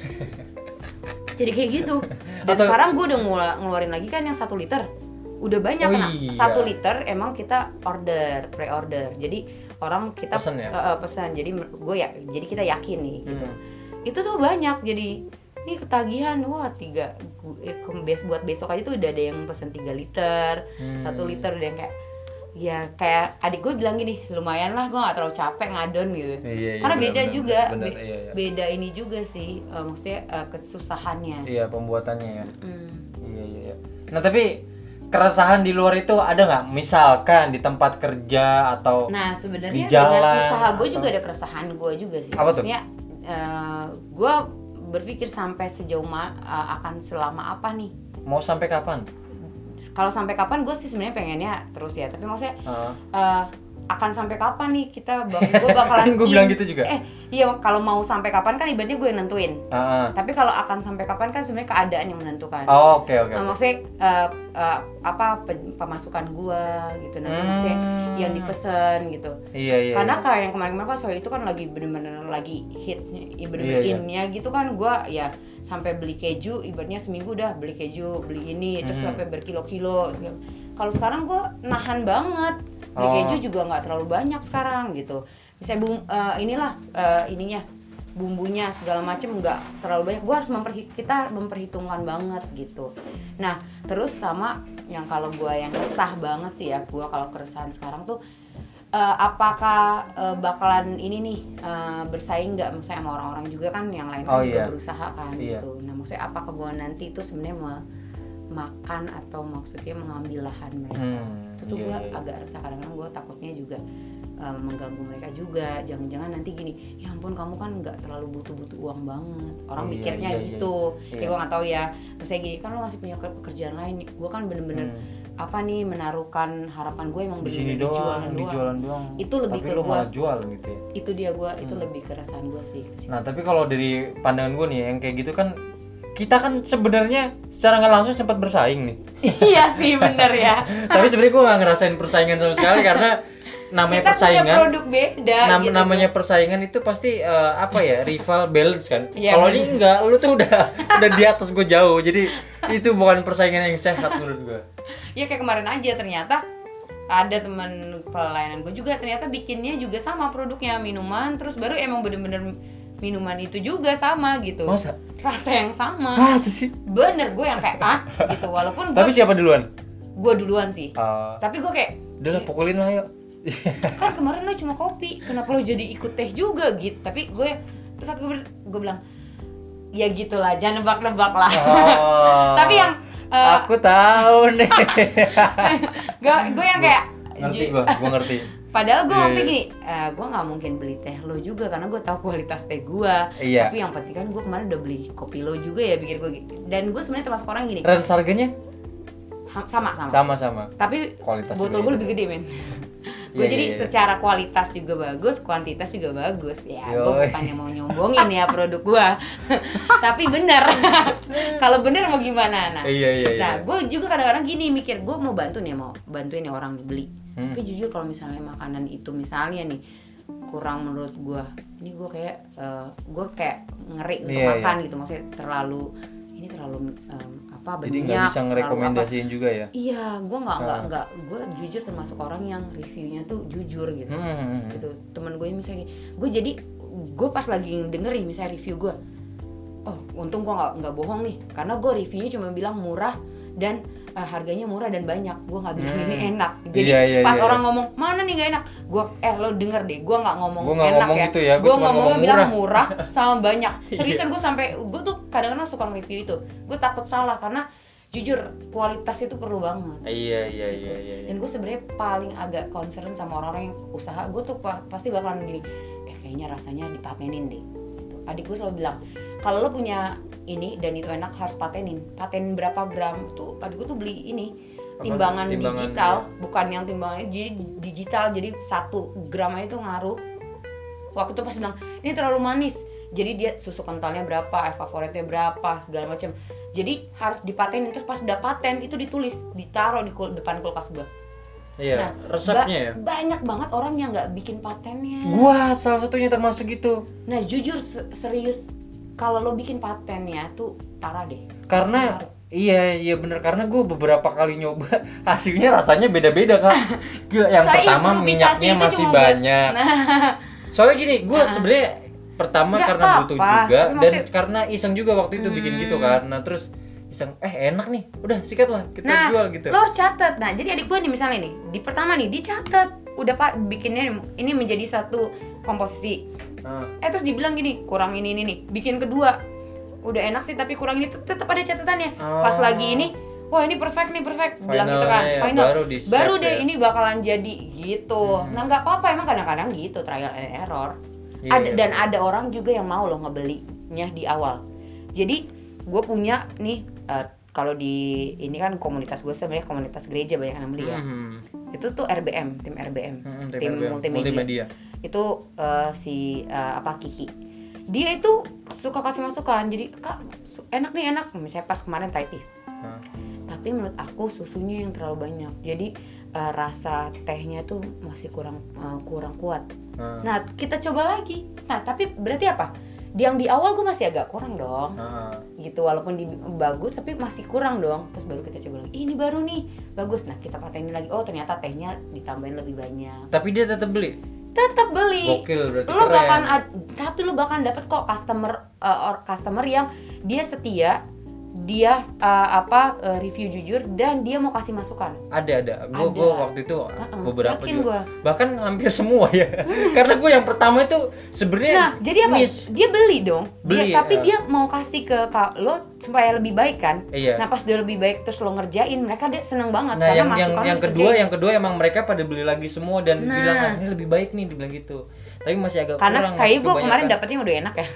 jadi kayak [LAUGHS] gitu. Dan Atau- sekarang gue udah ngula- ngeluarin lagi kan yang satu liter. Udah banyak Oh nah. iya. Satu liter emang kita order pre-order. Jadi orang kita Pesen ya? eh, eh, pesan. Jadi gue ya, jadi kita yakin nih gitu. Hmm. Itu tuh banyak jadi ini ketagihan wah tiga gu- eh, ke- bes- buat besok aja tuh udah ada yang pesen 3 liter Hmm. satu liter udah yang kayak ya kayak adik gue bilang gini lumayan lah gue gak terlalu capek ngadon gitu Iya, iya, Karena benar, beda benar, juga, benar, be- iya, iya. beda ini juga sih eh, maksudnya eh, kesusahannya iya pembuatannya ya Mm. iya iya iya. nah tapi keresahan di luar itu ada nggak misalkan di tempat kerja atau nah sebenarnya Di jalan, dengan usaha gue atau- juga ada keresahan gue juga sih Apa tuh? maksudnya eh, gue berpikir sampai sejauh ma- eh, akan selama apa nih mau sampai kapan kalau sampai kapan gue sih sebenarnya pengennya terus ya tapi maksudnya Hah? eh, akan sampai kapan nih kita bak- [LAUGHS] gue bakalan gue bilang gitu juga eh iya kalau mau sampai kapan kan ibaratnya gue yang nentuin Heeh. Tapi kalau akan sampai kapan kan sebenarnya keadaan yang menentukan. Oh, oke oke Nah, oke. maksudnya eh, eh, apa pe- pemasukan gua gitu nanti maksudnya yang dipesan gitu. iya Hmm. iya Karena iya. kayak yang kemarin-kemarin pas soal itu kan lagi bener-bener lagi hitsnya, ya Iya, bener-bener iya. innya gitu kan gua ya sampai beli keju, ibaratnya seminggu udah beli keju, beli ini, terus Mhm. sampai berkilo-kilo. segala. Kalau sekarang gua nahan banget. Beli Oh. keju juga nggak terlalu banyak sekarang gitu. Misalnya bum, eh, inilah eh, ininya bumbunya segala macem nggak terlalu banyak. Gua harus memperhi- kita memperhitungkan banget gitu. Nah terus sama yang kalau gua yang resah banget sih ya gua kalau keresahan sekarang tuh eh, apakah eh, bakalan ini nih eh, bersaing nggak maksudnya sama orang-orang juga kan yang lain kan Oh, juga iya. berusaha kan Iya. gitu. Nah maksudnya apakah gua nanti itu sebenarnya me- makan atau maksudnya mengambil lahan mereka Hmm, itu tuh iya, gue iya. agak resah kadang-kadang gue takutnya juga eh, mengganggu mereka juga jangan-jangan nanti gini ya ampun kamu kan nggak terlalu butuh-butuh uang banget orang Iya, mikirnya iya, iya, gitu iya. ya gue nggak tahu ya misalnya gini kan lo masih punya ke- pekerjaan lain gue kan bener-bener Hmm. apa nih menaruhkan harapan gue emang di sini bener-bener doang, di jualan di doang. jualan doang. Itu lebih tapi ke lu gua- malah jualan gitu ya. itu dia gue itu Hmm. lebih keresahan gue [LAUGHS] sih ke situ. Nah, tapi kalau dari pandangan gue nih yang kayak gitu kan kita kan sebenarnya secara nggak langsung sempat bersaing [LAUGHS] nih. iya sih bener ya tapi sebenarnya gue nggak ngerasain persaingan sama sekali karena namanya kita punya persaingan, produk beda nam- gitu. namanya persaingan itu pasti eh, apa ya rival balance kan. Iya, kalau bener. ini enggak, lu tuh udah [LAUGHS] udah di atas gue jauh. Jadi itu bukan persaingan yang sehat menurut gue. ya kayak kemarin aja ternyata ada teman pelayanan gue juga ternyata bikinnya juga sama produknya minuman terus baru emang bener-bener minuman itu juga sama gitu Masa? rasa yang sama Masa Ah, sih? bener gue yang kayak ah gitu walaupun Tapi gue siapa duluan? gue duluan sih Ah, tapi gue kayak udah lah pukulin lah yuk. kan kemarin lo cuma kopi kenapa lo jadi ikut teh juga gitu tapi gue terus aku ber- gue bilang ya gitulah jangan nebak-nebak lah Oh. [LAUGHS] tapi yang eh, aku tahu [LAUGHS] nih. gue gue yang kayak ngerti "Ji, gua, gua ngerti. Padahal gue Iya, maksudnya iya. gini, eh gue nggak mungkin beli teh lo juga karena gue tahu kualitas teh gue. Iya. Tapi yang penting kan gue kemarin udah beli kopi lo juga ya pikir gue. gitu. Dan gue sebenarnya termasuk orang gini, Range harganya ha- sama sama. sama-sama. Tapi Kualitas botol gue lebih gede [LAUGHS] men. gue Iya, jadi iya, iya. secara kualitas juga bagus, kuantitas juga bagus. Ya gue Yoi. bukan yang mau nyombongin ya produk gue. [LAUGHS] Tapi bener. [LAUGHS] Kalau bener mau gimana nah? Iya iya iya. Nah, gue juga kadang-kadang gini mikir, gue mau bantu nih, mau bantuin nih orang nih beli. Hmm. Tapi jujur kalau misalnya makanan itu misalnya nih kurang menurut gue, ini gue kayak gue kayak ngeri untuk Iya, makan gitu, maksudnya terlalu ini terlalu em, apa Jadi banyak nggak bisa ngerekomendasiin juga ya. Iya, gue nggak nggak Ah. nggak gue jujur termasuk orang yang reviewnya tuh jujur gitu. Hmm, hmm, hmm. Gitu temen gue misalnya, gue jadi gue pas lagi dengerin misalnya review gue, oh untung gue nggak nggak bohong nih, karena gue reviewnya cuma bilang murah dan eh, harganya murah dan banyak, gue nggak bilang Hmm. ini enak. Jadi Iya, iya, pas iya, orang ngomong mana nih nggak enak, gue eh lo denger deh, gue nggak ngomong Gua nggak enak ngomong ya, gitu ya, gua gue cuma ngomong, ngomong bilang murah sama banyak. [LAUGHS] kan Iya. Seriusan gue sampai gue tuh kadang-kadang suka nge-review itu, gue takut salah karena jujur kualitas itu perlu banget iya iya iya iya iya. dan gue sebenarnya paling agak concern sama orang-orang yang usaha gue tuh pa- pasti bakalan gini eh kayaknya rasanya dipatenin deh Gitu. adik gue selalu bilang kalau lo punya ini dan itu enak harus patenin paten berapa gram tuh adik gue tuh beli ini Apa? timbangan, Timbangan, iya. digital bukan yang timbangannya jadi digital jadi satu gramnya itu ngaruh waktu itu pas bilang ini terlalu manis jadi dia susu kentalnya berapa air favoritnya berapa segala macam jadi harus dipatenin terus pas udah paten itu ditulis ditaruh di kul- depan kulkas gue iya Nah, resepnya ya banyak banget orang yang nggak bikin patennya gua salah satunya termasuk gitu nah jujur se- serius kalau lo bikin patennya tuh parah deh karena iya iya bener karena gue beberapa kali nyoba [LAUGHS] hasilnya rasanya beda-beda [LAUGHS] kak Gila, yang Saya pertama improvisasi minyaknya itu masih cuma buat- banyak nah soalnya gini gue Nah. sebenarnya pertama Nggak karena butuh apa-apa, juga tapi dan maksud- karena iseng juga waktu itu bikin Hmm. gitu kan nah terus iseng eh enak nih udah sikat lah kita Nah, jual gitu lo harus catat nah jadi adik gue nih misalnya nih di pertama nih dicatat udah pak bikinnya ini menjadi satu komposisi Nah, eh terus dibilang gini kurang ini ini nih bikin kedua udah enak sih tapi kurang ini tet- tetap ada catatannya pas oh, lagi ini wah ini perfect nih perfect bilang gitu finalnya kan ya, final baru di baru save deh ya. ini bakalan jadi gitu Hmm. nah nggak apa-apa emang kadang-kadang gitu trial and error Iya, ada iya. dan ada orang juga yang mau loh ngebelinya di awal jadi gue punya nih eh, kalau di ini kan komunitas gue sebenarnya komunitas gereja banyak yang beli ya Mhm. itu tuh RBM tim RBM Mhm, Tim RBM, multimedia. multimedia. itu eh, si eh, apa Kiki dia itu suka kasih masukan jadi kak su- enak nih enak misalnya pas kemarin Thai tea. Hah. tapi menurut aku susunya yang terlalu banyak jadi eh, rasa tehnya tuh masih kurang eh, kurang kuat Nah, nah kita coba lagi nah tapi berarti apa yang di awal gue masih agak kurang dong nah. gitu walaupun di, bagus tapi masih kurang dong terus baru kita coba lagi "Ih, ini baru nih bagus nah kita patenin lagi oh ternyata tehnya ditambahin lebih banyak tapi dia tetap beli tetap beli gokil berarti lo keren bakalan ad- tapi lo bakalan dapet kok customer uh, or customer yang dia setia dia uh, apa uh, review jujur dan dia mau kasih masukan ada ada gue Ada. gue waktu itu Heeh, beberapa yakin juga gue bahkan hampir semua ya [LAUGHS] karena gue yang pertama itu nah sebenarnya jadi apa Eh, miss. dia beli dong Beli, dia, tapi ya. dia mau kasih ke ka- lo supaya lebih baik kan iya nah pas dia lebih baik terus lo ngerjain mereka dia seneng banget Nah, karena yang yang yang masukan lo kedua, ya, kerjain. yang kedua emang mereka pada beli lagi semua dan Nah. bilang "Ah, ini lebih baik nih dibilang gitu. Tapi masih agak karena kurang. kayak masih gue kebanyakan. kemarin dapetnya udah enak [LAUGHS] ya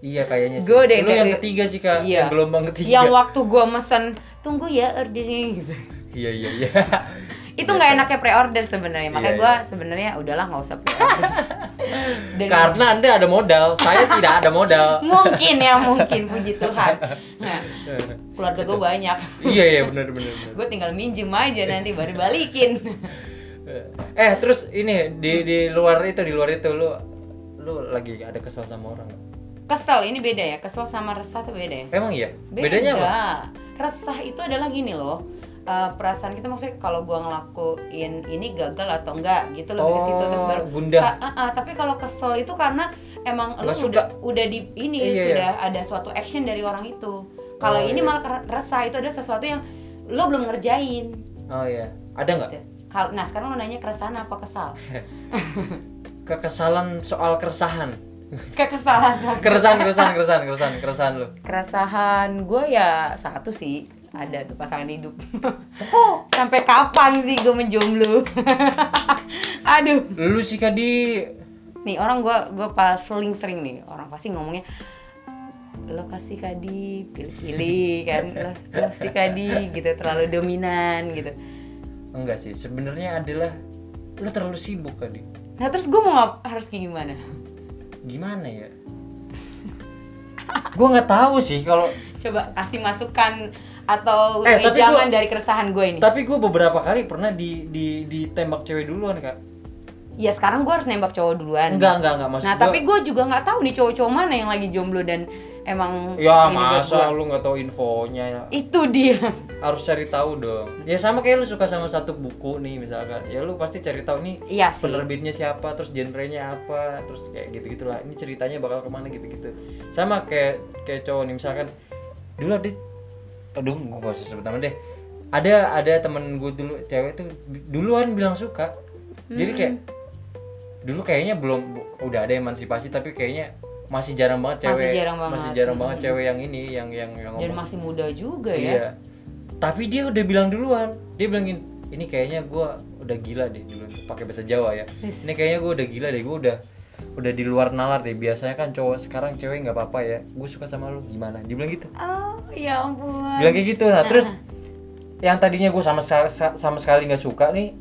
Iya kayaknya sih. Gua deh Lu yang dari- ketiga sih Kak, Iya. yang gelombang ketiga. yang waktu gue mesen tunggu ya ordernya [LAUGHS] gitu Iya iya iya. itu Biasa. nggak enaknya pre-order sebenarnya makanya Iya, gue sebenarnya udahlah nggak usah [LAUGHS] pre-order Dan Karena Anda ada modal, saya tidak ada [LAUGHS] modal. mungkin ya mungkin [LAUGHS] puji Tuhan nah, keluarga gue banyak iya iya benar benar. benar. gue tinggal minjem aja nanti baru balikin [LAUGHS] Eh, terus ini di di luar itu, di luar itu lu lu lagi ada kesel sama orang nggak? kesel ini beda ya kesel sama resah tuh beda ya Emang iya? Bedanya apa? resah itu adalah gini loh eh, perasaan kita maksudnya kalau gue ngelakuin ini gagal atau enggak gitu loh ke situ terus baru Oh, gundah. Ta- ah, ah, tapi kalau kesel itu karena emang lu Nggak suka. udah udah di Iya, ini iya. sudah ada suatu action dari orang itu. Kalau Oh, ini iya. malah ker- resah itu ada sesuatu yang lo belum ngerjain. Oh iya. Ada nggak? Kal- Nah sekarang lo nanya keresahan apa [LAUGHS] kesal? Kekesalan soal keresahan. Kekesalan. sorry. keresahan keresahan keresahan keresahan keresahan lu Keresahan gue ya satu sih ada tuh pasangan [LAUGHS] hidup. Oh. Sampai kapan sih gue menjomblo? [LAUGHS] Aduh. lu sih kadi nih orang gua gua paling sering nih orang pasti ngomongnya lo kasih kadi pilih-pilih kan lo, lo kasih kadi gitu terlalu dominan gitu enggak sih sebenarnya adalah lu terlalu sibuk kadi nah terus gua mau ngap- harus kayak gimana gimana ya gua nggak tahu sih kalau coba kasih masukan atau Eh, tapi jangan gua- dari keresahan gue ini tapi gua beberapa kali pernah di di ditembak cewek duluan kak ya sekarang gua harus nembak cowok duluan enggak enggak enggak maksud nah gua- tapi gua juga nggak tahu nih cowok-cowok mana yang lagi jomblo dan emang ya ini buat masa gua. lu nggak tahu infonya ya? itu dia [LAUGHS] harus cari tahu dong ya sama kayak lu suka sama satu buku nih misalkan ya lu pasti cari tahu nih iya sih penerbitnya siapa terus genrenya apa terus kayak gitu gitulah ini ceritanya bakal kemana gitu gitu sama kayak kayak cowok nih misalkan dulu ada aduh gue gak usah sebut nama deh ada ada temen gue dulu cewek tuh bi- duluan bilang suka jadi kayak dulu kayaknya belum bu- udah ada emansipasi tapi kayaknya masih jarang banget Masih cewek jarang banget. masih jarang banget Mm. cewek yang ini yang yang yang dan ngomong masih muda juga ya iya tapi dia udah bilang duluan dia bilangin ini kayaknya gua udah gila deh duluan pakai bahasa Jawa ya Wis. ini kayaknya gua udah gila deh gua udah udah di luar nalar deh biasanya kan cowok sekarang cewek nggak apa-apa ya gue suka sama lu gimana dia bilang gitu Oh, ya ampun. bilang kayak gitu nah Nah, terus nah. yang tadinya gue sama sa- sa- sama sekali nggak suka nih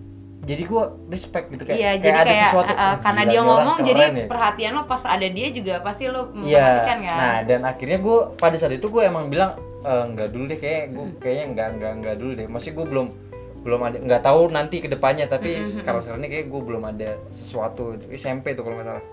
jadi gue respect gitu kayak, Iya, kayak jadi ada kayak sesuatu uh, uh, "Oh, karena gila, dia ini orang ngomong jadi keren ya." perhatian lo pas ada dia juga pasti lo Iya. memperhatikan kan. Nah, dan akhirnya gue pada saat itu gue emang bilang e, nggak dulu deh kayak gue Mm. kayaknya nggak nggak nggak dulu deh. Masih gue belum belum ada nggak tahu nanti kedepannya tapi Mm-mm. sekarang sekarang ini kayak gue belum ada sesuatu SMP tuh kalau nggak salah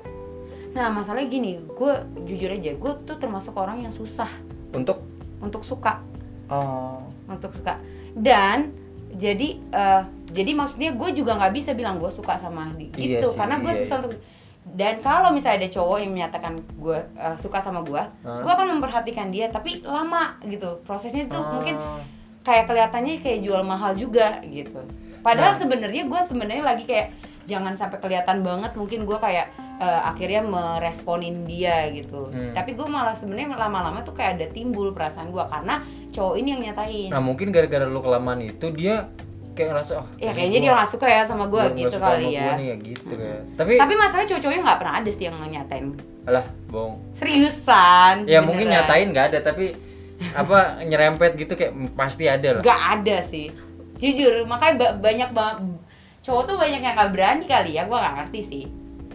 Nah, masalahnya gini, gue jujur aja, gue tuh termasuk orang yang susah untuk untuk suka, oh untuk suka. Dan jadi eh, jadi maksudnya gue juga nggak bisa bilang gue suka sama dia Iya gitu, sih, karena gue iya, susah iya. untuk. Dan kalau misalnya ada cowok yang menyatakan gue eh, suka sama gue, Hah? gue akan memperhatikan dia, tapi lama gitu. Prosesnya tuh Ah. mungkin kayak kelihatannya kayak jual mahal juga gitu. Padahal Nah. sebenarnya gue sebenarnya lagi kayak jangan sampai kelihatan banget mungkin gue kayak eh, akhirnya meresponin dia gitu. Hmm. Tapi gue malah sebenarnya lama-lama tuh kayak ada timbul perasaan gue karena cowok ini yang nyatain. nah mungkin gara-gara lu kelamaan itu dia kayak ngerasa oh ya kayaknya dia nggak suka ya sama gue gitu kali ya. nih, ya gitu Mm-mm. ya. tapi Tapi masalahnya cowok-cowoknya nggak pernah ada sih yang nyatain. alah bohong Seriusan. ya mungkin beneran. nyatain nggak ada tapi apa nyerempet gitu kayak mm, pasti ada lah Gak ada sih. Jujur, makanya ba- banyak banget cowok tuh banyak yang gak berani kali ya, gua gak ngerti sih.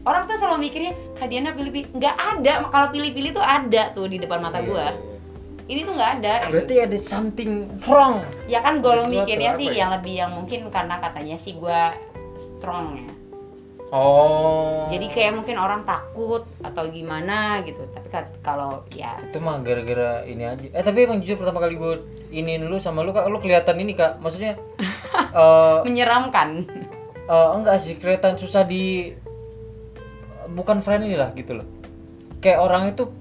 Orang tuh selalu mikirnya Kak Diana pilih-pilih, nggak ada. Kalau pilih-pilih tuh ada tuh di depan mata Iya, gua. iya, Ini tuh nggak ada. iya. gitu. berarti ada something wrong ya kan gue sesuatu mikirnya apa sih ya? yang lebih yang mungkin karena katanya sih gua strong ya. Oh. Jadi kayak mungkin orang takut atau gimana gitu. Tapi kat- kalau ya itu mah gara-gara ini aja. Eh tapi emang jujur pertama kali gue iniin lu sama lu kak, lu kelihatan ini kak, [LAUGHS] maksudnya eh menyeramkan. eh, enggak sih kelihatan susah di bukan friendly lah gitu loh. Kayak orang itu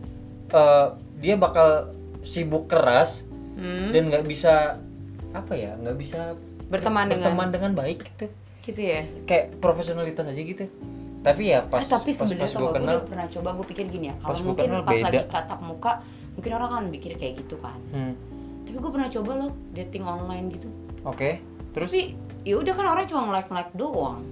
eh, dia bakal sibuk keras Hmm, dan nggak bisa apa ya, nggak bisa berteman, dengan berteman dengan baik gitu. gitu ya. Kayak profesionalitas aja gitu. Tapi ya pas Eh, tapi pas, pas gue sebenarnya kalau gue kenal, udah pernah coba gue pikir gini ya kalau pas gua mungkin kenal pas beda. lagi tatap muka mungkin orang kan mikir kayak gitu kan hmm, tapi gue pernah coba loh dating online gitu oke. terus sih ya udah kan orang cuma like like doang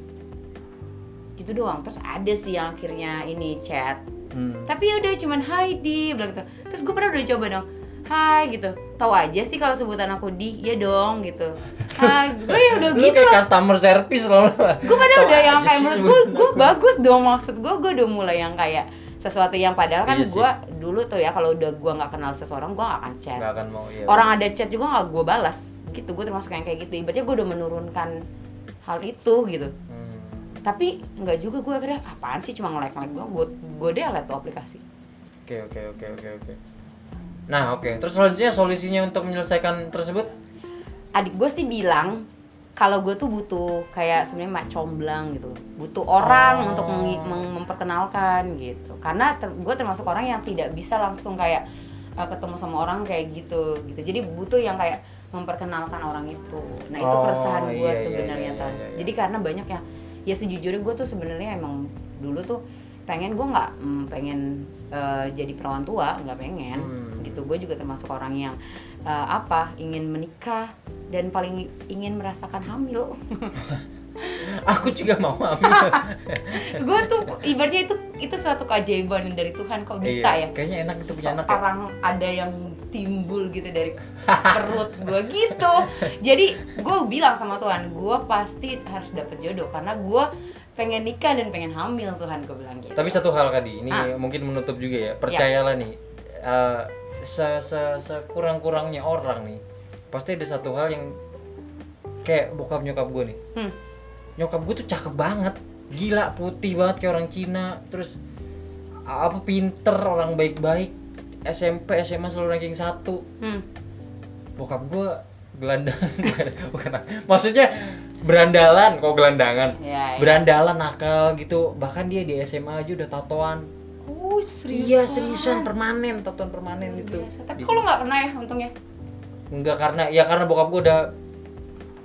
gitu doang terus ada sih yang akhirnya ini chat Hmm. tapi ya udah cuman hi di bilang gitu terus gue pernah udah coba dong hai gitu tahu aja sih kalau sebutan aku di ya dong [LAUGHS] gitu hai gue ya udah Lu gitu Iya. kayak customer service loh. gue pada Tau udah aja yang sih kayak menurut gue gue sebenarnya. bagus dong maksud gue gue udah mulai yang kayak sesuatu yang padahal kan Iya sih. gue dulu tuh ya kalau udah gue nggak kenal seseorang gue nggak akan chat nggak akan mau ya. orang ada chat juga nggak gue balas gitu gue termasuk yang kayak gitu ibaratnya gue udah menurunkan hal itu gitu Hmm. tapi nggak juga gue akhirnya apaan sih cuma nge-like nge-like doang gue gue delete tuh aplikasi Oke oke oke oke oke. Nah oke, terus selanjutnya solusinya untuk menyelesaikan tersebut? adik gue sih bilang kalau gue tuh butuh kayak sebenarnya mak comblang gitu butuh orang Oh. untuk mengi- meng- memperkenalkan gitu karena ter- gue termasuk orang yang tidak bisa langsung kayak uh, ketemu sama orang kayak gitu gitu jadi butuh yang kayak memperkenalkan orang itu nah itu Oh, keresahan gue iya, iya, sebenarnya iya, Tan. iya, iya. jadi karena banyak yang ya sejujurnya gue tuh sebenarnya emang dulu tuh pengen gue nggak mm, pengen uh, jadi perawan tua nggak pengen Hmm. gitu gue juga termasuk orang yang eh, apa ingin menikah dan paling ingin merasakan hamil [LAUGHS] Aku juga mau ambil. gue tuh ibaratnya itu itu suatu keajaiban dari Tuhan kok [LAUGHS] bisa Iya, ya Kayaknya enak itu punya anak. ya. seorang ada yang timbul gitu [LAUGHS] dari perut gue gitu jadi gue bilang sama Tuhan gue pasti harus dapet jodoh karena gue pengen nikah dan pengen hamil Tuhan gue bilang gitu Tapi satu hal tadi, ini Ah. mungkin menutup juga ya. Percayalah nih, eh, se se- sekurang-kurangnya orang nih, pasti ada satu hal yang kayak bokap nyokap gue nih. Hmm. Nyokap gue tuh cakep banget, gila putih banget kayak orang Cina, terus a- apa pinter, orang baik-baik. SMP, SMA selalu ranking satu. Hmm. Bokap gue gelandangan, [LAUGHS] bukan, bukan. Maksudnya berandalan, kok gelandangan. ya, ya. Berandalan nakal gitu, bahkan dia di SMA aja udah tatoan Oh, seriusan. Iya. Iya seriusan permanen, tatoan permanen Luar gitu. biasa. tapi kalau nggak pernah ya untungnya enggak karena ya karena bokap gue udah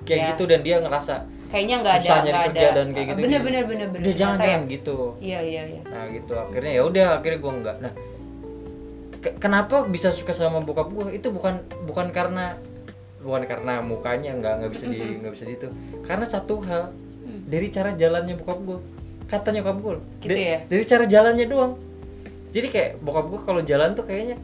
kayak Ya. gitu dan dia ngerasa kayaknya nggak ada Susah nyari nggak kerja ada dan kayak gitu. bener bener bener bener udah jangan Ternyata ya. jangan gitu. iya iya iya Nah gitu akhirnya ya udah akhirnya gue enggak. Nah ke- kenapa bisa suka sama bokap gue itu bukan bukan karena bukan karena mukanya nggak nggak bisa di Mm-mm. nggak bisa di itu karena satu hal Hmm. dari cara jalannya bokap gue kata nyokap gue Gitu ya? dari cara jalannya doang jadi kayak bokap gue kalau jalan tuh kayaknya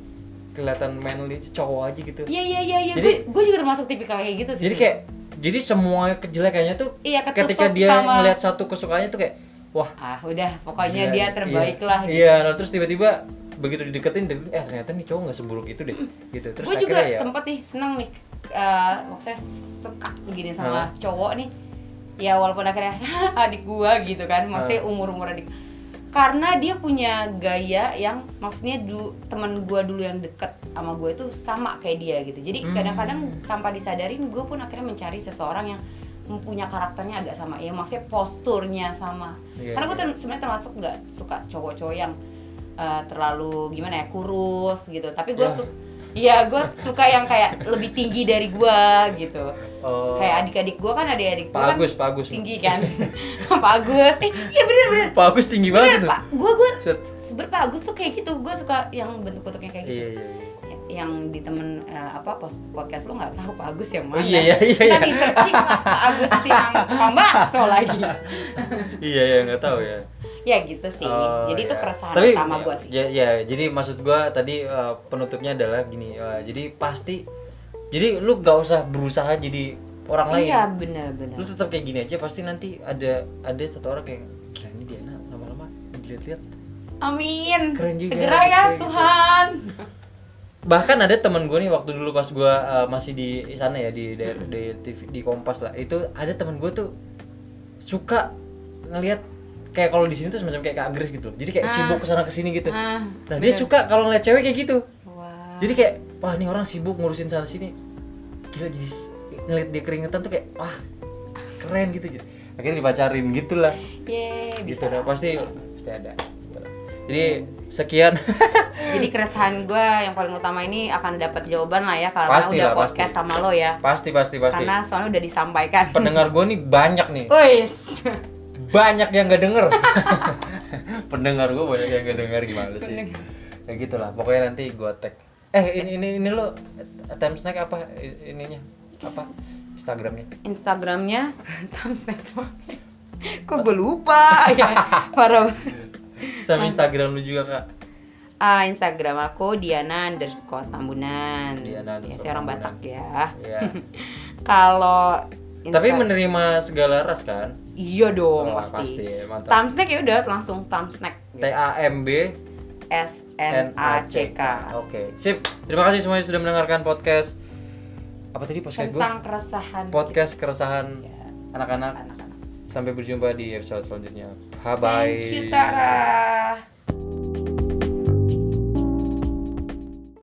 kelihatan manly cowok aja gitu Iya iya iya iya. Jadi- Gue juga termasuk tipikal kayak gitu sih. jadi kayak jadi semua kejelekannya tuh iya ketutup ketika dia sama ngeliat satu kesukaannya tuh kayak ah udah pokoknya Iya, dia terbaik lah. iya nah, terus tiba-tiba begitu dideketin dideketin, eh ternyata nih cowok nggak seburuk itu deh gitu terus Gue juga akhirnya ya sempet nih seneng nih eh, maksudnya suka begini sama cowok nih. Ya walaupun akhirnya [LAUGHS] adik gua gitu kan, maksudnya umur-umur adik karena dia punya gaya yang maksudnya du, teman gua dulu yang deket sama gue itu sama kayak dia gitu jadi Hmm. kadang-kadang tanpa disadarin gue pun akhirnya mencari seseorang yang punya karakternya agak sama ya maksudnya posturnya sama Iya, karena gue iya. ter- sebenarnya termasuk nggak suka cowok-cowok yang uh, terlalu gimana ya kurus gitu tapi gue Ya. suka Iya, gue suka yang kayak lebih tinggi dari gue gitu. Oh, Kayak adik-adik gue kan adik-adik gue Pak kan Agus Pak Agus tinggi kan, [LAUGHS] Pak Agus. Eh, iya bener-bener. Pak Agus tinggi banget tuh Pak, gue gue Set. sebenernya Pak Agus tuh kayak gitu. Gue suka yang bentuk-bentuknya kayak gitu. iya iya iya. Yang di temen eh, apa pos- podcast lo nggak tahu Pak Agus yang oh mana? iya iya iya iya Ntar di searching lah, Pak Agus [LAUGHS] yang pambaso lagi. iya iya nggak tahu ya Ya gitu sih. Oh, jadi itu iya. keresahan Tapi, ya, utama gue sih. Ya, ya, jadi maksud gue tadi eh, penutupnya adalah gini, eh, jadi pasti, jadi lu gak usah berusaha jadi orang lain. Iya benar-benar. Lu tetap kayak gini aja, pasti nanti ada ada satu orang kayak, gila ini Diana lama-lama dilihat-lihat. Amin. Keren juga. gitu, Segera ya Keren juga. Tuhan. Gitu. Bahkan ada teman gue nih waktu dulu pas gue eh, masih di sana ya di di, di TV di Kompas lah, itu ada teman gue tuh suka ngelihat kayak kalau di sini tuh semacam kayak Kak Grace gitu loh. Jadi kayak Ah. sibuk kesana kesini gitu. Nah, Ah, dia bener. Ah. suka kalau ngeliat cewek kayak gitu. Wah. jadi kayak wah ini orang sibuk ngurusin sana sini gila jadi s- ngeliat dia keringetan tuh kayak wah keren gitu jadi akhirnya dipacarin gitu lah Yeay, gitu bisa. dah pasti pasti ada Gitu lah. jadi sekian [LAUGHS] Jadi keresahan gue yang paling utama ini akan dapat jawaban lah ya karena Pasti udah lah, pasti. podcast sama lo ya. pasti pasti pasti Karena soalnya udah disampaikan. pendengar gue nih banyak nih Wis. banyak yang nggak [LAUGHS] denger pendengar gue banyak yang nggak denger gimana sih ya gitulah pokoknya nanti gue tag eh ini ini ini lo time snack apa I- ininya apa Instagramnya Instagramnya [LAUGHS] thumbsnack doang. Kok gue lupa [LAUGHS] ya. Parah. sama Instagram lu juga [LAUGHS] kak Ah, Instagram aku Diana underscore Tambunan. Diana ya, underscore saya orang Tambunan. Batak ya. ya Kalau Insta- Tapi menerima segala ras kan? Iya dong Wah, pasti. mantap. Thumbsnack ya udah langsung thumbsnack. T A M B S N N A C K. Oke, sip. Terima kasih semuanya sudah mendengarkan podcast apa tadi podcast gue? Tentang keresahan Podcast keresahan ya, anak-anak. anak-anak. Sampai berjumpa di episode selanjutnya. Bye bye. Thank you Tara.